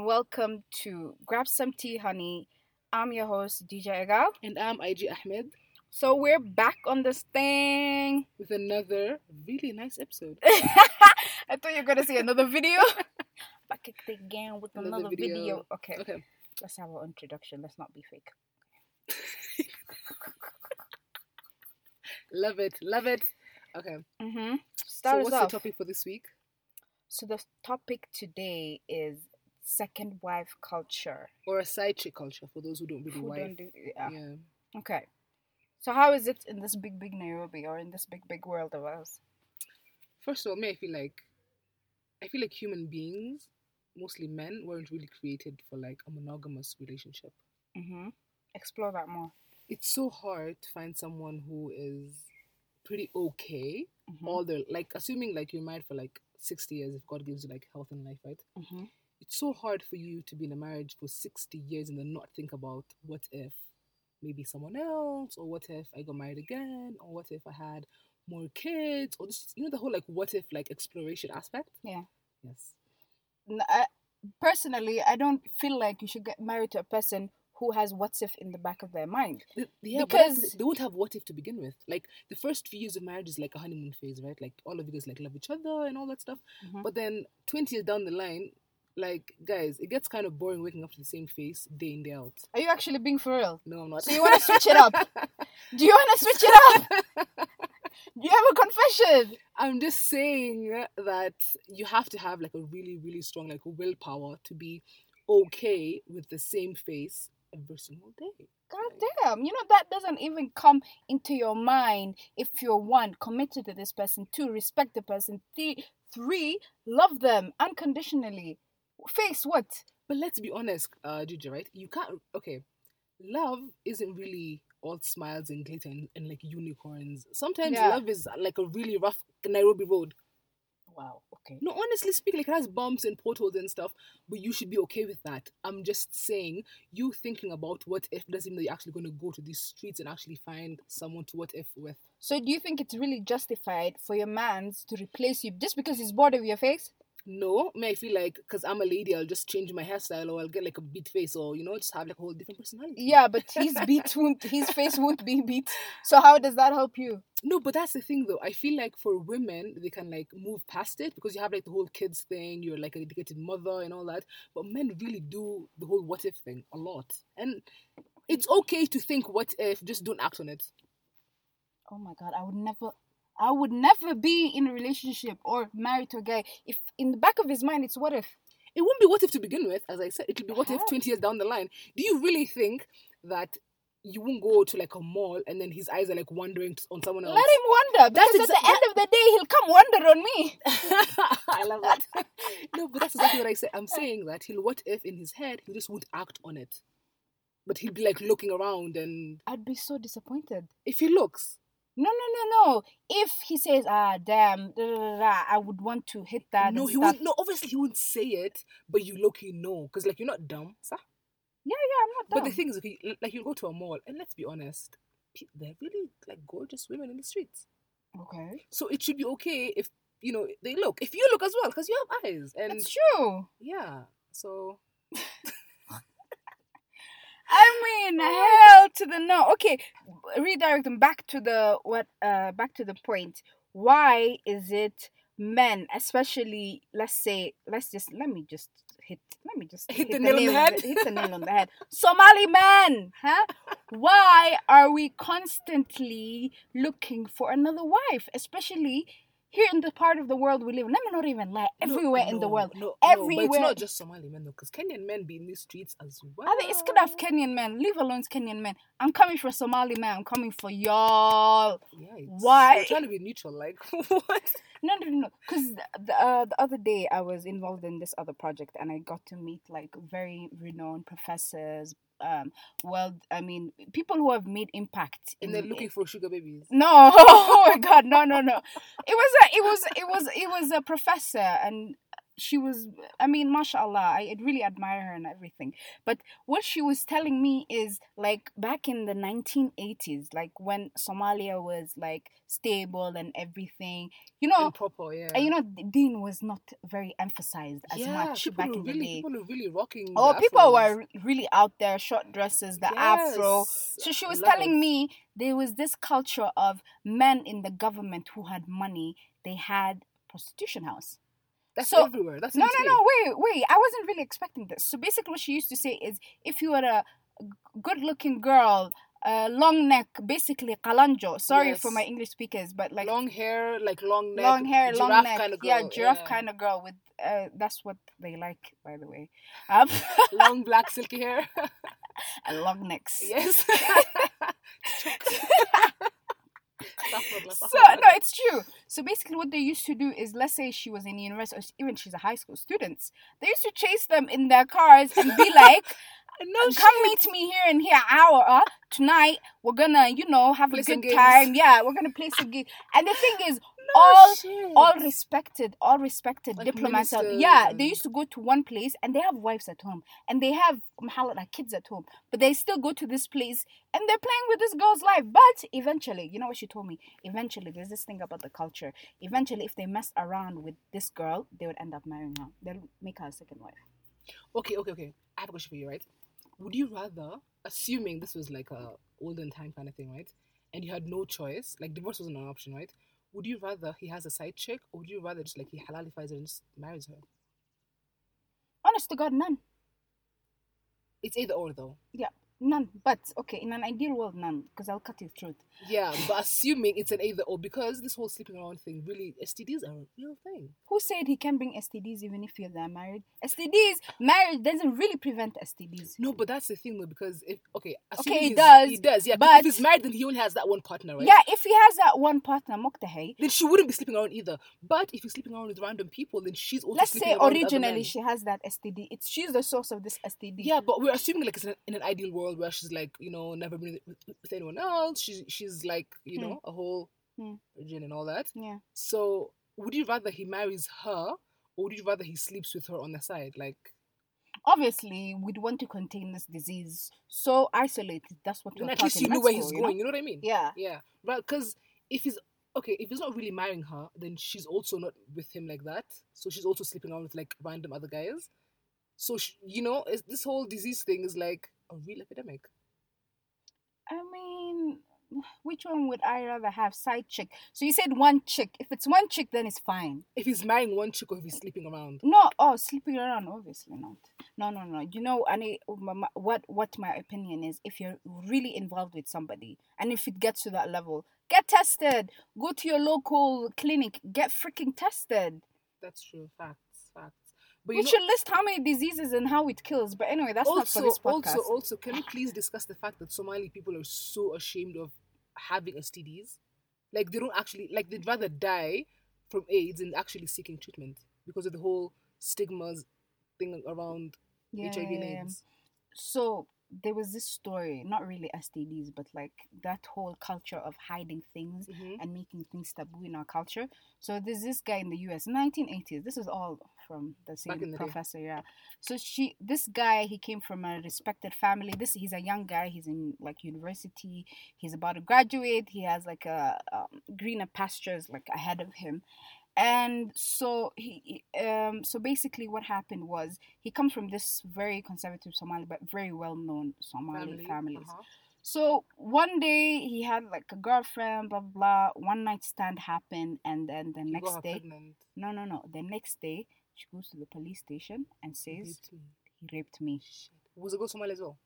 welcome to Grab Some Tea, Honey. I'm your host, DJ Ega. And I'm IG Ahmed So we're back on this thing. with another really nice episode. I thought you were going to see another video. back at it again with another, Another video. video. Okay, Okay. let's have our introduction. Let's not be fake. Love it. Love it. Okay. Mm-hmm. so Start us what's off. the topic for this week? So the topic today is second wife culture. Or a side chick culture for those who don't really Who wife. don't do- yeah. yeah. Okay. So how is it in this big, big Nairobi or in this big, big world of ours? First of all, me I feel like I feel like human beings, mostly men, weren't really created for like a monogamous relationship. Mm-hmm. Explore that more. It's so hard to find someone who is pretty okay Mhm. all their like assuming like you're married for like sixty years if God gives you like health and life, right? Mm-hmm. it's so hard for you to be in a marriage for 60 years and then not think about what if maybe someone else or what if i got married again or what if i had more kids or just you know the whole like what if like exploration aspect Yeah. yes n- I, personally, I don't feel like you should get married to a person who has what's if in the back of their mind. Th- yeah, because Because- they won't have what if to begin with. Like the first few years of marriage is like a honeymoon phase, right? Like all of you guys like love each other and all that stuff. Mhm. But then twenty years down the line, like guys, it gets kind of boring waking up to the same face day in day out. Are you actually being for real? No, I'm not. So you want to switch it up? Do you want to switch it up? Do you have a confession? I'm just saying that you have to have like a really, really strong like willpower to be okay with the same face every single day. God damn, you know that doesn't even come into your mind if you're one committed to this person, two respect the person, three, three love them unconditionally. Face what? But let's be honest, uh, Juju, right? You can't. Okay, love isn't really all smiles and glitter and, and like unicorns. Sometimes Yeah. love is uh, like a really rough Nairobi road. Wow. Okay. No, honestly speaking, like it has bumps and potholes and stuff, but you should be okay with that. I'm just saying, you thinking about what if doesn't mean that you're actually going to go to these streets and actually find someone to what if with. So do you think it's really justified for your man's to replace you just because he's bored of your face? No, may I feel like because I'm a lady, I'll just change my hairstyle or I'll get like a beat face or you know just have like a whole different personality. Yeah, but his beat won't his face won't be beat. So how does that help you? No, but that's the thing though. I feel like for women, they can like move past it because you have like the whole kids thing. You're like a dedicated mother and all that. But men really do the whole what if thing a lot, and it's okay to think what if, just don't act on it. Oh my god, I would never I would never be in a relationship or married to a guy if in the back of his mind it's what if. It won't be what if to begin with, as I said. It'll be what if Uh-huh. 20 years down the line. Do you really think that you won't go to like a mall and then his eyes are like wandering t- on someone else? Let him wonder because That's at exa- the end of the day he'll come wonder on me. I love that. No, but that's exactly what I said. I'm saying that he'll what if in his head he just won't act on it, but he'll be like looking around, and I'd be so disappointed. if he looks, No, no, no, no. If he says, ah, damn, da, da, da, da, I would want to hit that. no, and he stuff. won't. No, obviously he won't say it, but you low-key know, because like you're not dumb, sir. Yeah, yeah, I'm not done. But the thing is, okay, l- like you go to a mall, and let's be honest, pe- they're really like gorgeous women in the streets, okay. so it should be okay if you know they look. If you look as well, because you have eyes, and That's true. yeah, so I mean, hell to the no. Okay, redirect them back to the what? Uh, back to the point. Why is it men, especially? Let's say, let's just let me just hit. Let me just Hit the nail on the head? Hit the nail on the head. Somali men, huh? Why are we constantly looking for another wife, especially? Here in the part of the world we live, in? let me not even lie. No, Everywhere in the no, world, No, No, but Everywhere. it's not just Somali men though, because Kenyan men be in these streets as well. I think it's good of Kenyan men. Leave alone Kenyan men. I'm coming for Somali men. I'm coming for y'all. Yeah, Why? We're trying to be neutral, like what? No, no, no. Because the, the, uh, the other day I was involved in this other project and I got to meet like very renowned professors. Um, well, I mean, people who have made impact. And they're looking for sugar babies. No, oh my God, no, no, no. It was a, it was, it was, it was a professor, and she was i mean mashallah I, I really admire her and everything but what she was telling me is like back in the 1980s like when somalia was like stable and everything you know and proper, yeah. and you know dean was not very emphasized as yeah, much people back were in the really, day People were really rocking. Oh, the people afros. were re- really out there, short dresses, the afro. Yes, So she I was love telling it. me there was this culture of men in the government who had money, they had prostitution house. That's so- everywhere. That's No, in no, Spain. no, wait, wait. I wasn't really expecting this. So basically, what she used to say is if you were a good looking girl, uh, long neck, basically kalanjo. Sorry for Yes. my English speakers, but like long hair, like long neck, long hair, long giraffe neck. kind of yeah, girl, giraffe yeah. kind of girl with. Uh, that's what they like, by the way. Um, long black silky hair. and long necks. yes. so no it's true so basically what they used to do is let's say she was in university or even she's a high school students they used to chase them in their cars and be like no, come meet me here and here hour uh, tonight we're gonna you know have Play a some good games. time yeah we're gonna play some games and the thing is all all respected all respected Like diplomats out- ministers yeah they and- used to go to one place and they have wives at home and they have mahala like kids at home but they still go to this place and they're playing with this girl's life but eventually you know what she told me eventually there's this thing about the culture eventually if they messed around with this girl they would end up marrying her they'll make her a second wife Okay, okay, okay. I have a question for you, right? Would you rather, assuming this was like a olden time kind of thing, right? And you had no choice, like divorce wasn't an option, right? Would you rather he has a side chick, or would you rather just like he halalifies her and just marries her? honest to god none It's either or though. none but okay in an ideal world none because i'll cut you truth Yeah, but assuming it's an either or because this whole sleeping around thing really STDs are a real thing. who said he can bring STDs even if you're there married? STDs, marriage doesn't really prevent STDs. No, but that's the thing though because if okay, Okay, he assuming he's- does, he does, yeah. But but- if he's married, then he only has that one partner, right? Yeah, if he has that one partner, Moktahe, Then she wouldn't be sleeping around either. But if you're sleeping around with random people, then she's also let's sleeping say around with other originally men. she has that STD. It's she's the source of this STD. Yeah, but we're assuming like it's in, in an ideal world where she's like you know never been with, with anyone else. She's she's like you know a whole Hmm. virgin and all that. Yeah. So would you rather he marries her or would you rather he sleeps with her on the side? Like Obviously, we'd want to contain this disease. So isolated. That's what then we're at least talking you about. know where he's going. You know what I mean? Yeah. Yeah, right. Because if he's okay, if he's not really marrying her, then she's also not with him like that. So she's also sleeping around with like random other guys. So sh you know, it's, this whole disease thing is like a real epidemic. I mean, which one would I rather have? Side chick. So you said one chick. If it's one chick, then it's fine. If he's marrying one chick or if he's sleeping around, No, oh, sleeping around, obviously not. No, no, no. You know, and it, oh, my- my- what what my opinion is, if you're really involved with somebody, and if it gets to that level, get tested. Go to your local clinic, get freaking tested. that's true. Facts, facts. But We you know, should list how many diseases and how it kills. But anyway, that's not for also, this podcast. also, also, can we please discuss the fact that Somali people are so ashamed of having STDs? Like they don't actually like they'd rather die from AIDS than actually seeking treatment because of the whole stigmas thing around yeah. HIV and AIDS. So there was this story, not really STDs, but like that whole culture of hiding things Mhm. and making things taboo in our culture. So there's this guy in the US, 1980s. This is all from the same in the day. professor, yeah. So she, this guy, he came from a respected family. This he's a young guy. He's in like university. He's about to graduate. He has like a um, greener pastures like ahead of him. And so he, he- um, so basically, what happened was he comes from this very conservative Somali, but very well-known Somali Family, families. uh-huh. So one day he had like a girlfriend, blah blah. blah. One night stand happened, and then the You got next her day, pregnant. no, no, no. The next day she goes to the police station and You says raped me. he raped me. Was a girl Somali as well?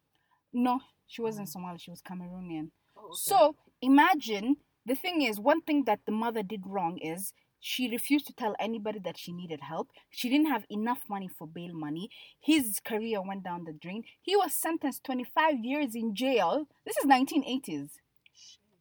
No, she wasn't Oh. Somali. She was Cameroonian. Oh, okay. So imagine the thing is one thing that the mother did wrong is she refused to tell anybody that she needed help. She didn't have enough money for bail money. His career went down the drain. He was sentenced 25 years in jail. This is 1980s.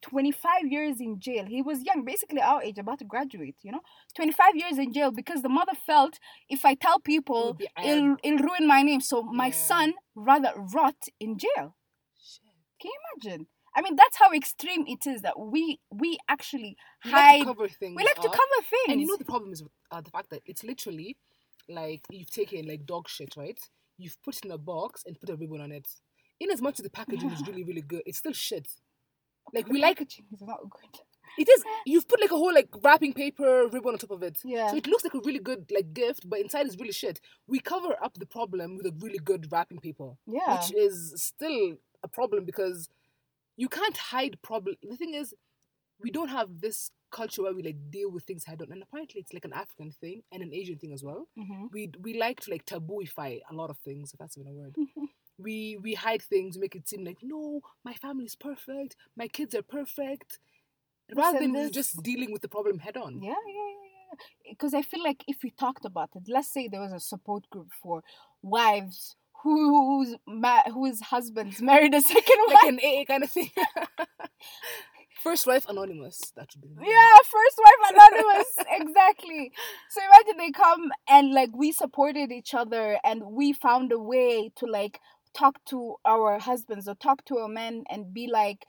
25 years in jail. He was young, basically our age, about to graduate, you know? 25 years in jail because the mother felt if I tell people, be aired. it'll, it'll ruin my name. So my Yeah. son rather rot in jail. Shit. Imagine. I mean, that's how extreme it is that we we actually We like hide. to cover things. we like to up. cover things. And you know the problem is uh, the fact that it's literally like you've taken like dog shit, right? You've put it in a box and put a ribbon on it. In as much as the packaging is really, really good, it's still shit. Like we like packaging is not good. it is you've put like a whole like wrapping paper ribbon on top of it. Yeah. So it looks like a really good like gift, but inside is really shit. We cover up the problem with a really good wrapping paper Yeah. which is still a problem because you can't hide problem. The thing is, we don't have this culture where we like deal with things head on, and apparently it's like an African thing and an Asian thing as well. mm-hmm. We we like to like tabooify a lot of things, if that's even a word. we we hide things, make it seem like no, my family's perfect, my kids are perfect, rather Listen, than this- just dealing with the problem head on. Yeah, yeah, yeah, yeah. Because I feel like if we talked about it, let's say there was a support group for wives who- whose ma- whose husbands married a second Like wife. an AA kind of thing. First wife anonymous. That should be. the name. Yeah, first wife anonymous. exactly. So imagine they come and like we supported each other and we found a way to like talk to our husbands or talk to our men and be like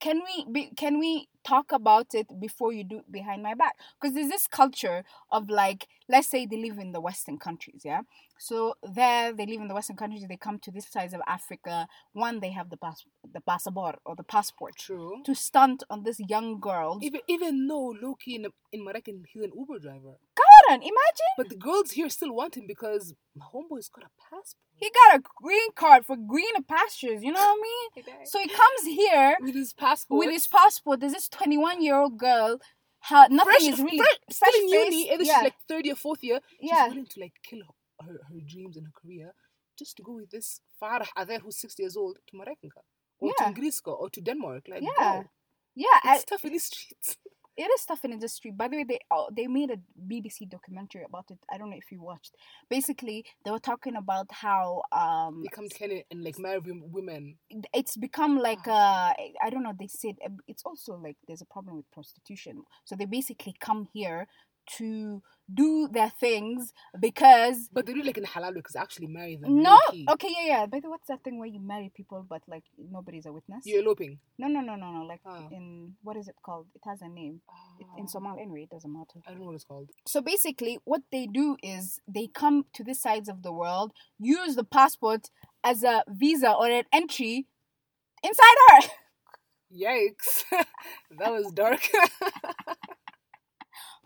can we be, can we talk about it before you do it behind my back because there's this culture of like let's say they live in the western countries yeah so there they live in the western countries they come to this side of africa one they have the pass the passport or the passport True. to stunt on this young girl. Even even though Loki in, in Moroccan, he's an Uber driver. Hold on, imagine But the girls here still want him because my homeboy's got a passport. he got a green card for greener pastures. You know what I mean? So he comes here with his passport. with his passport. There's this 21 year old girl. Her nothing Fresh- is really fresh- fresh still in face- uni, and yeah, she's like third year, fourth year. yeah. She's willing to like kill her, her, her dreams and her career just to go with this Farah Ader who's six years old to Moroccan or Yeah. to Greece or to Denmark. Like, Yeah. bro, yeah, I- it's tough in these streets. it is tough in industry. By the way, they oh, they made a BBC documentary about it. I don't know if you watched. Basically, they were talking about how um They come to Kenya and like marry women. it's become like uh i don't know they said um, it's also like there's a problem with prostitution so they basically come here to do their things because But they do it, like in a halal way because actually marry them. no low-key. okay yeah yeah by the way what's that thing where you marry people but like nobody's a witness You're eloping. no no no no no like Oh. in what is it called it has a name it, in Somali anyway it doesn't matter I don't know what it's called. so basically what they do is they come to this sides of the world use the passport as a visa or an entry inside her Yikes. that was dark.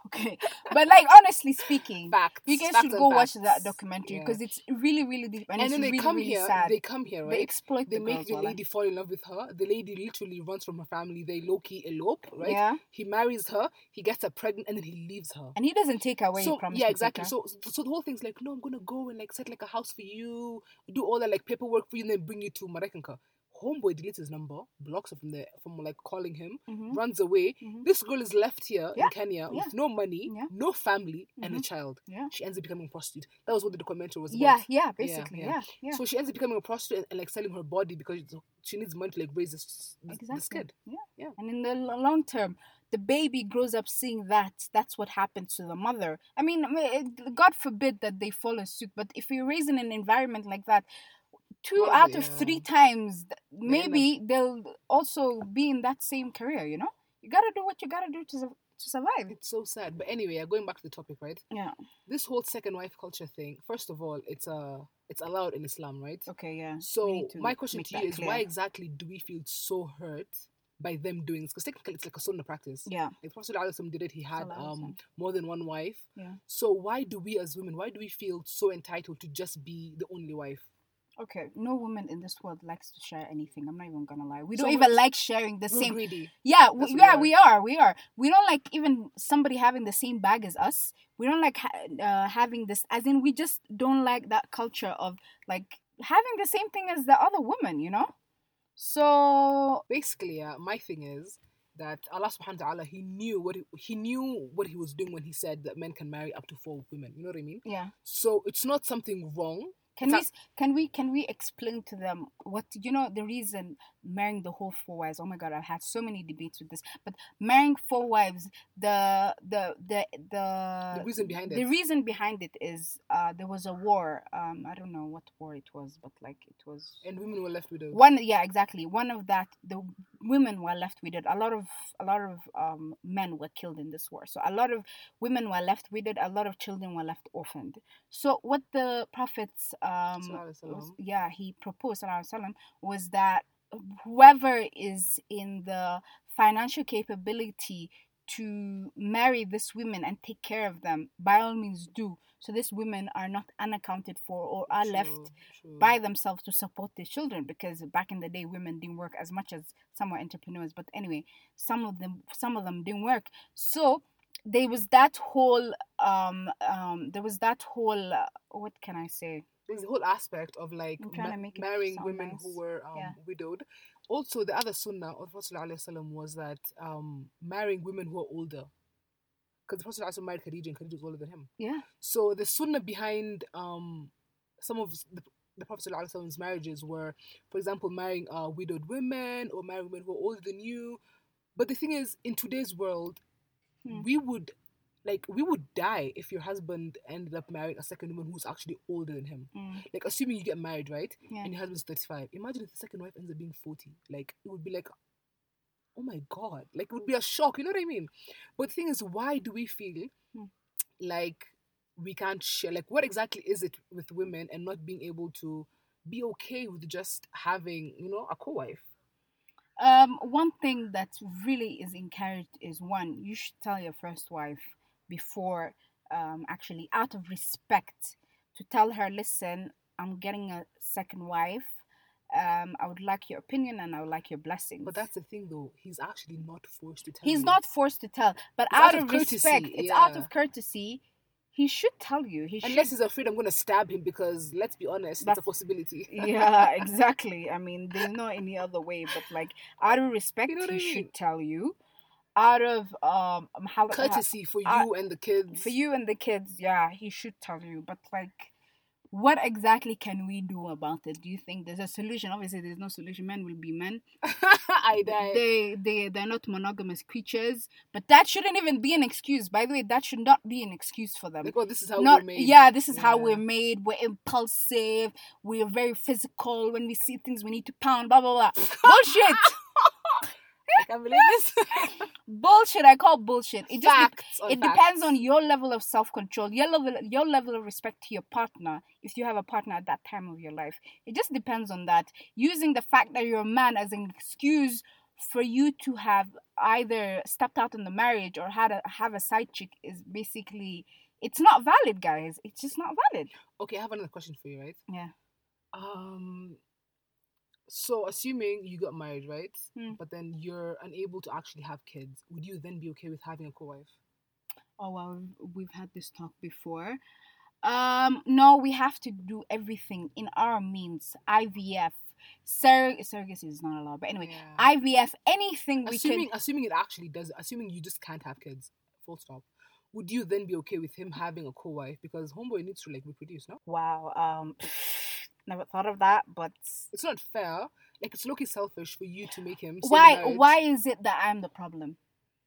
Okay, but like honestly speaking, Facts. you guys facts should and go watch facts. that documentary Yeah. because it's really, really deep and, and it's then they really, come really here. sad. They come here, They right? exploit They, the make girls, the wallah. lady fall in love with her. The lady literally runs from her family. They low key elope, right? Yeah, He marries her. He gets her pregnant, and then he leaves her. and he doesn't take her away. so he promised yeah, to take exactly. her. So so the whole thing's like, no, I'm gonna go and like set like a house for you, do all that like paperwork for you, and then bring you to Maracanca. Homeboy deletes his number, blocks her from the from like calling him, Mhm, runs away. mhm. This girl is left here Yeah, in Kenya yeah, with no money, yeah. no family, and a Mhm. child. Yeah. She ends up becoming a prostitute. That was what the documentary was about. yeah, yeah, basically, yeah. yeah, yeah, So she ends up becoming a prostitute and, and, like selling her body because it's- she needs money to like raise this, this, exactly. this kid. Yeah. Yeah. and in the l- long term. The baby grows up seeing that. That's what happens to the mother. I mean, I mean, it- God forbid that they follow suit, but if you're raised in an environment like that, two Well, out of yeah. three times th- end up- maybe they'll also be in that same career you know you gotta do what you gotta do to, su- to survive It's so sad. But anyway, yeah, going back to the topic, right? yeah This whole second wife culture thing. First of all, it's uh it's allowed in Islam, right? okay yeah We So need to my question make to you that is, clear. why exactly do we feel so hurt by them doing this? Because technically, it's like a sunnah practice. yeah Like Prophet Sallallahu did it. He had Sallallahu um Alaihi more than one wife. Yeah. So why do we as women, why do we feel so entitled to just be the only wife? okay no woman in this world likes to share anything i'm not even gonna lie we don't So even like sharing the We're same greedy. yeah we, That's yeah weird. we are we are we don't like even somebody having the same bag as us we don't like ha- uh, having this as in we just don't like that culture of like having the same thing as the other woman you know so basically uh, my thing is that Allah subhanahu wa ta'ala he knew what he, he knew what he was doing when he said that men can marry up to four women you know what I mean yeah so it's not something wrong Can It's we can we can we explain to them what you know the reason marrying the whole four wives? Oh my god, I've had so many debates with this. But marrying four wives, the the the the the reason behind Uh, the it reason behind it is uh there was a war. Um I don't know what war it was, but like it was and women were left with a one yeah, exactly. One of that the women were left with it. A lot of a lot of um, men were killed in this war. So a lot of women were left with it. A lot of children were left orphaned. So what the prophets, um, Sallallahu alaihi was- wasallam. yeah, he proposed sallallahu alaihi wasallam, was that whoever is in the financial capability to marry this women and take care of them, by all means do. So these women are not unaccounted for or are left True, true. by themselves to support their children because back in the day women didn't work as much as some were entrepreneurs but anyway some of them some of them didn't work so there was that whole um um there was that whole uh, what can i say there's the whole aspect of like I'm trying to make it marrying sound women nice. who were um, Yeah. widowed. Also, the other sunnah of Prophet ﷺ was that um, marrying women who are older. Because Prophet ﷺ married Khadija and Khadija was older than him. yeah So the sunnah behind um, some of the, the Prophet ﷺ's marriages were, for example, marrying uh, widowed women or marrying women who are older than you. But the thing is, in today's world, Hmm. we would like we would die if your husband ended up marrying a second woman who's actually older than him mm, like assuming you get married, right? Yeah. And your husband's thirty five. Imagine if the second wife ends up being forty. Like it would be like oh my god. Like it would be a shock, you know what I mean? But the thing is, why do we feel Hmm. like we can't share like what exactly is it with women and not being able to be okay with just having, you know, a co wife? um one thing that really is encouraged is one you should tell your first wife before um actually out of respect to tell her listen i'm getting a second wife um i would like your opinion and i would like your blessings But that's the thing though, he's actually not forced to tell He's you. not forced to tell, but It's out out, of, of courtesy, respect, it's out yeah. of courtesy. He should tell you. He should. unless he's afraid I'm gonna stab him because let's be honest, that's That's- it's a possibility. yeah, exactly. I mean, there's no any other way. But like, out of respect, You know what he I mean? should tell you. Out of um, um, how, Courtesy for you Uh, and the kids. for you and the kids, yeah, he should tell you. But like, what exactly can we do about it? Do you think there's a solution? Obviously, there's no solution. Men will be men. I die. They they they're not monogamous creatures. But that shouldn't even be an excuse. By the way, that should not be an excuse for them. like, oh, this is how Um, not we're made. yeah this is how Yeah. we're made we're impulsive we're very physical when we see things we need to pound blah blah blah bullshit I can't believe this. bullshit i call bullshit it just dep- Facts on it facts. depends on your level of self-control your level your level of respect to your partner if you have a partner at that time of your life it just depends on that using the fact that you're a man as an excuse for you to have either stepped out in the marriage or had a have a side chick is basically it's not valid guys it's just not valid Okay, I have another question for you, right? Yeah. Um. So, assuming you got married, right? Hmm. But then you're unable to actually have kids, would you then be okay with having a co-wife? oh well we've had this talk before um no we have to do everything in our means ivf sur- surrogacy is not allowed but anyway Yeah. ivf anything we assuming can assuming it actually does, assuming you just can't have kids, full stop. Would you then be okay with him having a co-wife because homeboy needs to like reproduce? No, wow um never thought of that but it's not fair. Like it's looking selfish for you to make him. stay in why marriage. why is it that i'm the problem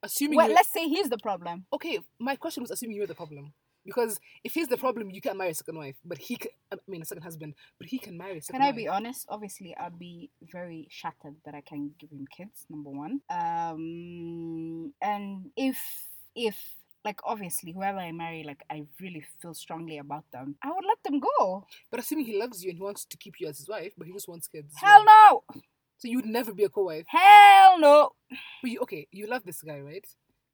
Assuming well you- let's say he's the problem okay, my question was assuming you're the problem. Because if he's the problem, you can't marry a second wife, but he can, I mean, a second husband, but he can marry a second can i wife. be honest obviously i'll be very shattered that i can give him kids number one um and if if like obviously whoever i marry like i really feel strongly about them i would let them go But assuming he loves you and he wants to keep you as his wife, but he just wants kids. as hell well. no So you would never be a co wife. hell no But you, okay, you love this guy, right?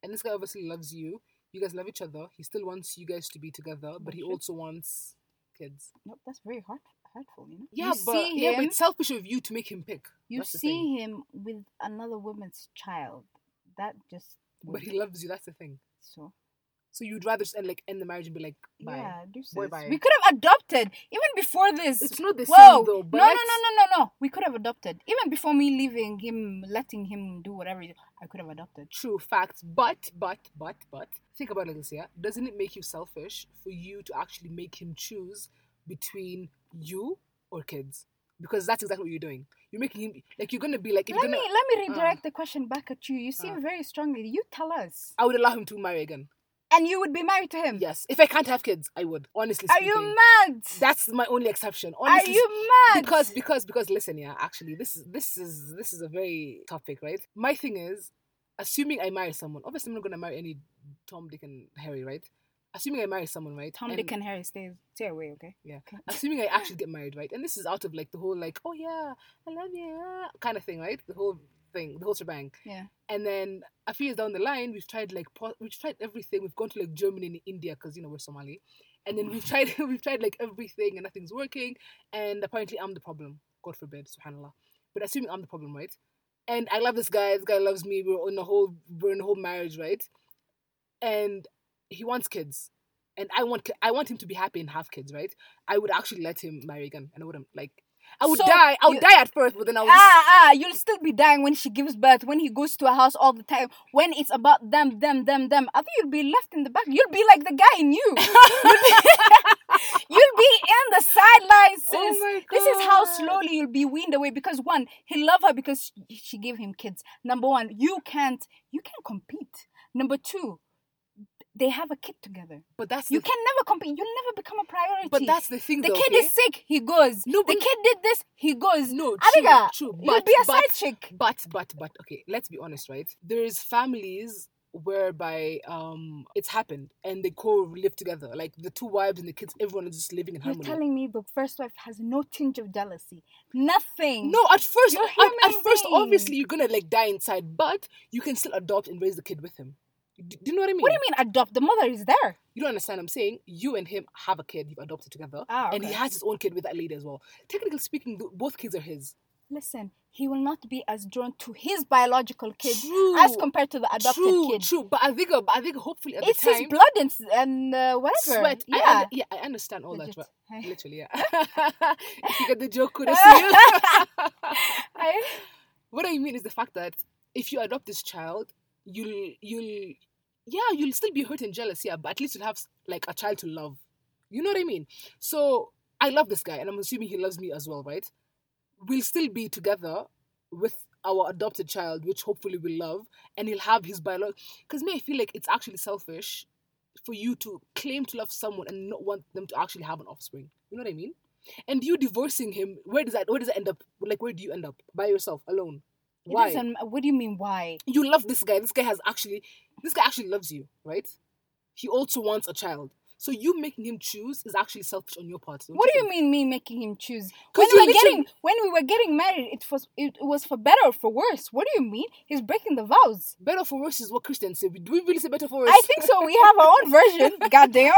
And this guy obviously loves you. You guys love each other. He still wants you guys to be together, but he Okay. also wants kids. nope that's very hurt, hurtful you know Yeah, you but, see yeah him but it's selfish of you to make him pick. you That's the thing. see him with another woman's child that just But he loves you, that's the thing. so So you'd rather just end, like, end the marriage and be like, bye. yeah deuces. Boy, bye. we could have adopted even before this It's not the Whoa! same though, but no, no, let's- no, no, no, no. We could have adopted even before me leaving him, letting him do whatever. he- I could have adopted. True facts, but but but but think about it, this, yeah. Doesn't it make you selfish for you to actually make him choose between you or kids? Because that's exactly what you're doing. You're making him like you're gonna be like if Let you're gonna. me let me redirect the question back at you. You seem uh. very strongly. You tell us. I would allow him to marry again. and you would be married to him. Yes, if I can't have kids, I would. Honestly Are speaking, you mad? that's my only exception. Are Honestly, you mad? because because because listen yeah actually this is this is this is a very topic right my thing is assuming i marry someone obviously i'm not going to marry any tom dick and harry right assuming i marry someone right Tom, and Dick, and Harry, stay stay away, okay? assuming i actually get married right and this is out of like the whole like oh yeah i love you yeah," kind of thing right the whole thing the whole shebang Yeah. and then a few years down the line we've tried like po- we've tried everything we've gone to like germany and india because you know we're somali and then we've tried we've tried like everything and nothing's working and apparently i'm the problem god forbid subhanallah but assuming i'm the problem right and i love this guy this guy loves me we're on a whole we're in a whole marriage right and he wants kids and i want ki- i want him to be happy and have kids right i would actually let him marry again and i wouldn't like i would So die i would you- die at first but then i would Ah, ah, you'll still be dying when she gives birth, when he goes to her house all the time, when it's about them, them, them, them. I think you'll be left in the back. You'll be like the guy in you. You'll be, you'll be in the sidelines, sis. Oh my this is how God. slowly you'll be weaned away because one, he loved her because she- she gave him kids. Number one, you can't you can't compete. Number two, they have a kid together. but that's You the- can never compete. You'll never become a priority. But that's the thing, the though. kid okay? is sick. He goes. No, the but- kid did this. He goes. no Adiga, true, true. you'll But, be a but, side chick. but but but okay. Let's be honest, right? There is families whereby um it's happened and they co-live together, like the two wives and the kids. Everyone is just living in You're harmony. telling me the first wife has no tinge of jealousy, nothing. no, at first, You're at, at human first, being. obviously you're gonna like die inside, but you can still adopt and raise the kid with him. Do, do you know what I mean? What do you mean adopt? The mother is there. You don't understand. what I'm saying you and him have a kid. You've adopted together, Ah, and he okay. has his own kid with that lady as well. Technically speaking, th- both kids are his. Listen, he will not be as drawn to his biological kid True. as compared to the adopted true, kid. true. But I think, uh, but I think hopefully at It's the his time, blood and s- and uh, whatever. sweat. I- I, Yeah. yeah, I understand all Legit. that. Right? I- Literally, yeah. if you get the joke, kudos to you. I- what I mean is the fact that if you adopt this child, you'll you'll yeah, you'll still be hurt and jealous, yeah, but at least you'll have like a child to love. You know what I mean? So I love this guy, and I'm assuming he loves me as well, right? We'll still be together with our adopted child, which hopefully we love, and he'll have his biological. Because me, I feel like it's actually selfish for you to claim to love someone and not want them to actually have an offspring. You know what I mean? And you divorcing him, where does that where does that end up? Like where do you end up by yourself alone? It doesn't. What do you mean? Why? you love this guy. This guy has actually, this guy actually loves you, right? He also wants a child. So you making him choose is actually selfish on your part. don't What do you think? mean? Me making him choose? 'Cause When we you were literally- getting when we were getting married, it was it was for better or for worse. What do you mean? He's breaking the vows. Better for worse is what Christians say. Do we really say better for worse? I think so. We have our own version. Goddamn.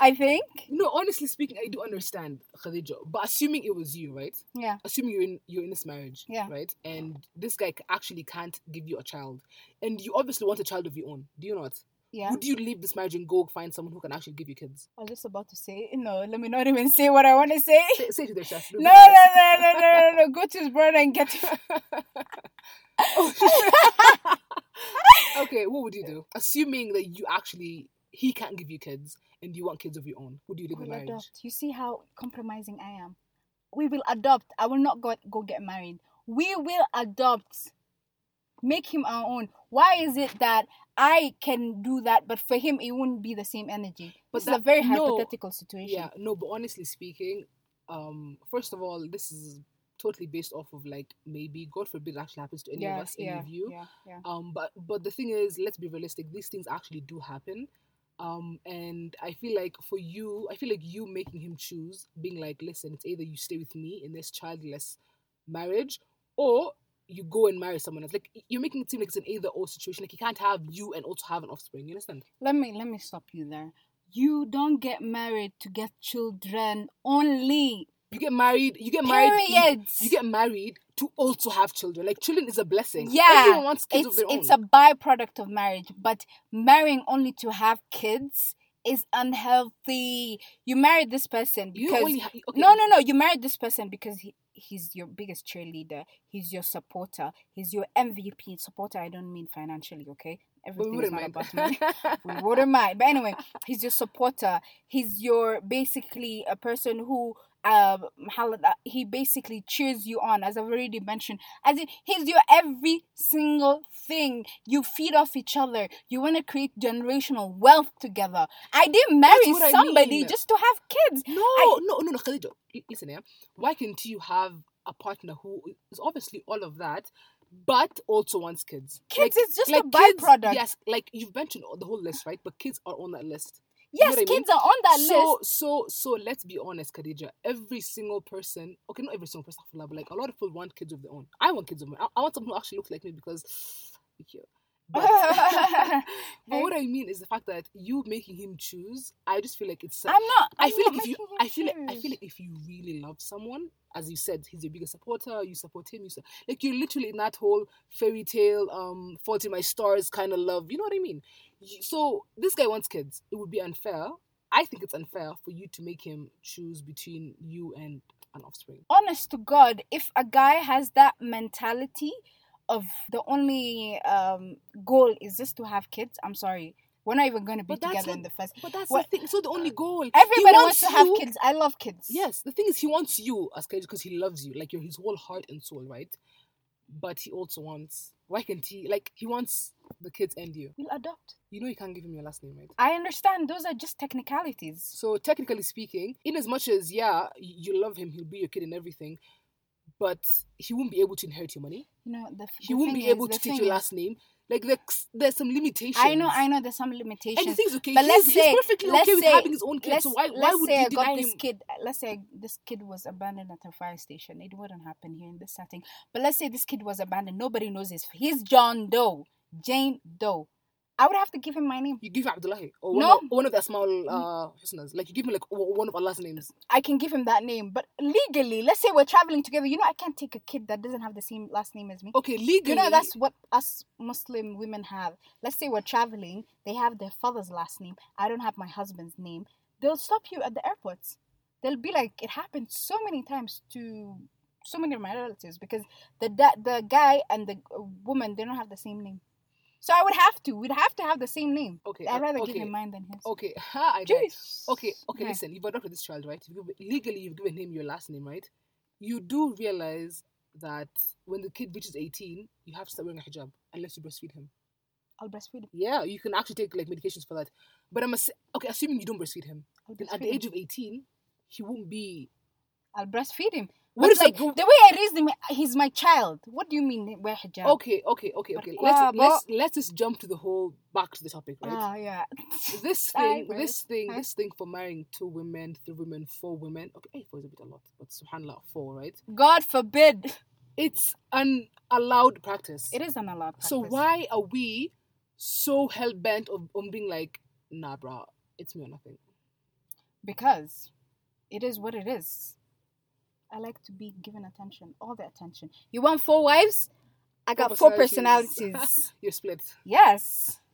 I think. No, honestly speaking, I do understand Khadija, but assuming it was you, right? Yeah. Assuming you're in you're in this marriage, Yeah. right? And this guy c- actually can't give you a child, and you obviously want a child of your own. Do you not? Yeah. Would you leave this marriage and go find someone who can actually give you kids? I was just about to say no. Let me not even say what I want to say. Say, say to their chest. No, no, no, no, no, no, no. Go to his brother and get. okay, what would you do? Assuming that you actually he can't give you kids and you want kids of your own, would you leave the We'll marriage? adopt. You see how compromising I am. We will adopt. I will not go go get married. We will adopt. Make him our own. Why is it that I can do that, but for him it wouldn't be the same energy? But This is a that- very no. hypothetical situation. Yeah, no, but honestly speaking, um, first of all, this is totally based off of like maybe God forbid it actually happens to any of us, any yeah, of you. yeah, yeah. Um, but but the thing is, let's be realistic. These things actually do happen. Um, and I feel like for you, I feel like you making him choose, being like, listen, it's either you stay with me in this childless marriage, or you go and marry someone else. Like you're making it seem like it's an either or situation. Like you can't have you and also have an offspring. You understand? let me let me stop you there. You don't get married to get children only. You get married. You get married. you- Period. You, get married to also have children. Like children is a blessing. Yeah, Everyone wants kids of it's their own. it's a byproduct of marriage, but marrying only to have kids is unhealthy. You married this person you don't because only ha- okay, no no no. You married this person because he. He's your biggest cheerleader. He's your supporter. He's your MVP supporter. I don't mean financially, okay? but Everything we is wouldn't not mind. about money. we wouldn't mind. But anyway, he's your supporter. He's your basically a person who um Muhammad, uh, he basically cheers you on as I've already mentioned as in he's your every single thing you feed off each other you want to create generational wealth together I didn't marry what I somebody mean. just to have kids No, no, no, no, Khadija. l- Listen here. Why can't you have a partner who is obviously all of that, but also wants kids? kids Like- is just a like kids- byproduct yes, like you've mentioned all- the whole list, right? But kids are on that list. know yes what I mean? kids are on that so, list so, so let's be honest, Khadija. Every single person, okay, not every single person, astaghfirullah, but like a lot of people want kids of their own. I want kids of my own. I, I want someone who actually looks like me because, yeah. But, But what I mean is the fact that you making him choose, I just feel like it's. I'm not I I'm feel not like if you, making I feel like, I choose. feel like if you really love someone, as you said, he's your biggest supporter. You support him. You su- like you're literally in that whole fairy tale, um, fault in my stars kind of love. You know what I mean? You- So this guy wants kids. It would be unfair. I think it's unfair for you to make him choose between you and an offspring. honest to God, if a guy has that mentality of the only um, goal is just to have kids, I'm sorry, we're not even going to be But that's together what- in the first. But that's What- the thing. So the only goal he uh, Everybody wants, to have you- kids. I love kids. Yes, the thing is, he wants you as Kage because he loves you, like you're his whole heart and soul, right? But he also wants. Why can't he? Like he wants the kids and you. we'll adopt. You know you can't give him your last name, right? I understand. Those are just technicalities. So technically speaking, in as much as yeah, y- you love him, he'll be your kid and everything, but he won't be able to inherit your money. You know, the, f- He the won't thing be able is- to the take thing your is- last name. Like there's, there's some limitations. I know, I know. There's some limitations. And the thing's okay. But he's, let's he's say- perfectly let's okay with say- having his own kid. let's, So why why let's would you say I got deny this him? kid. Let's say this kid was abandoned at a fire station. It wouldn't happen here in this setting. But let's say this kid was abandoned. Nobody knows his. He's John Doe, Jane Doe. I would have to give him my name. You give him Abdullahi or one, No. of, one of their small uh, husnas. Like you give him like o- one of Allah's names. I can give him that name, but legally, let's say we're traveling together. You know, I can't take a kid that doesn't have the same last name as me. Okay, legally. You know, that's what us Muslim women have. Let's say we're traveling, they have their father's last name. I don't have my husband's name. They'll stop you at the airports. They'll be like, it happened so many times to so many of my relatives because the da- the guy and the uh, woman they don't have the same name. So I would have to. We'd have to have the same name. okay. I'd uh, rather okay, give him mine than his. Okay, ha, I died. Jeez. Okay, okay. Nah. Listen, you've adopted this child, right? You've given, legally, you've given him your last name, right? You do realize that when the kid reaches eighteen, you have to start wearing a hijab unless you breastfeed him. I'll breastfeed him. Yeah, you can actually take like medications for that. But I'm ass- okay, assuming you don't breastfeed him. I'll Then breastfeed, at the him. age of eighteen, he won't be. I'll breastfeed him. What But if like like? go- the way I raised him, he's my child. What do you mean wear hijab? Okay, okay, okay, okay. But Let's qua- let's let's just jump to the whole back to the topic, right? Ah, yeah. this I thing, would. this thing, Huh? this thing for marrying two women, three women, four women. Okay, eight, four is a bit a lot, but subhanallah, four, right? God forbid. It's an allowed practice. It is an allowed practice. So why are we so hell bent of on being like, nah, bruh, it's me or nothing? Because it is what it is. I like to be given attention, all the attention. You want four wives? I got Four four personalities. personalities. You're split. yes.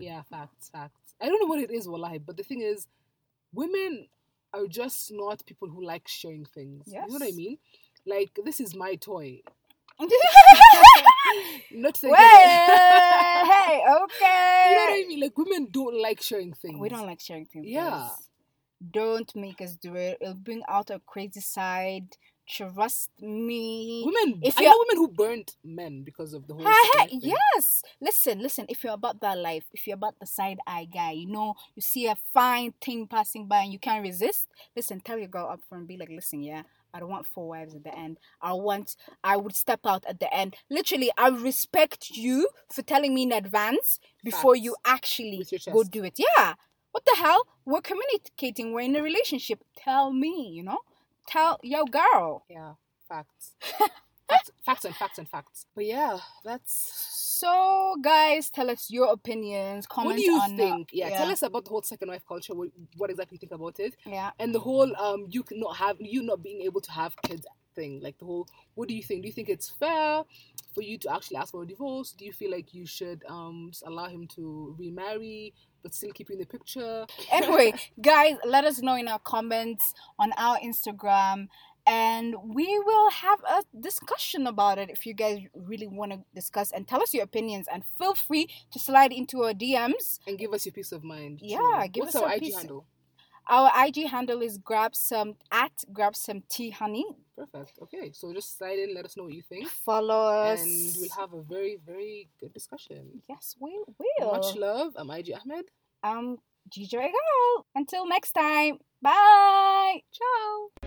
Yeah, facts, facts. I don't know what it is, wallahi, but the thing is, women are just not people who like sharing things. You know what I Yes. mean? Like this is my toy. well, Not to hey, okay. you know what I mean? Like women don't like sharing things. We don't like sharing things. with Yeah. us. Don't make us do it. It'll bring out our crazy side. Trust me. women. If I you're- know women who burnt men because of the whole. Haha, cigarette thing. yes. Listen, listen. If you're about that life, if you're about the side eye guy, you know, you see a fine thing passing by and you can't resist. Listen, tell your girl up front. Be like, listen, yeah, I don't want four wives at the end. I want, I would step out at the end. Literally, I respect you for telling me in advance before you actually With your go chest. do it. Yeah. What the hell? We're communicating. We're in a relationship. Tell me, you know. Tell your girl. Yeah, facts. facts. Facts and facts and facts. But yeah, that's. So, guys, tell us your opinions. Comment what do you on uh, think? Yeah, tell us about the whole second wife culture. What, what exactly you think about it, Yeah. and the whole um you can not have you not being able to have kids thing. Like the whole, what do you think? Do you think it's fair for you to actually ask for a divorce? Do you feel like you should um just allow him to remarry but still keep you in the picture? Anyway, guys, let us know in our comments on our Instagram and we will have a discussion about it if you guys really want to discuss and tell us your opinions and feel free to slide into our DMs. and give us your peace of mind. Yeah, give What's us our your IG peace- handle? Our IG handle is grab some at grab some tea honey. Perfect. Okay, so just slide in, let us know what you think, Follow us. and we'll have a very, very good discussion. yes, we will. Much love. I'm IG Ahmed. I'm Gigi Regal. Until next time. Bye. Ciao.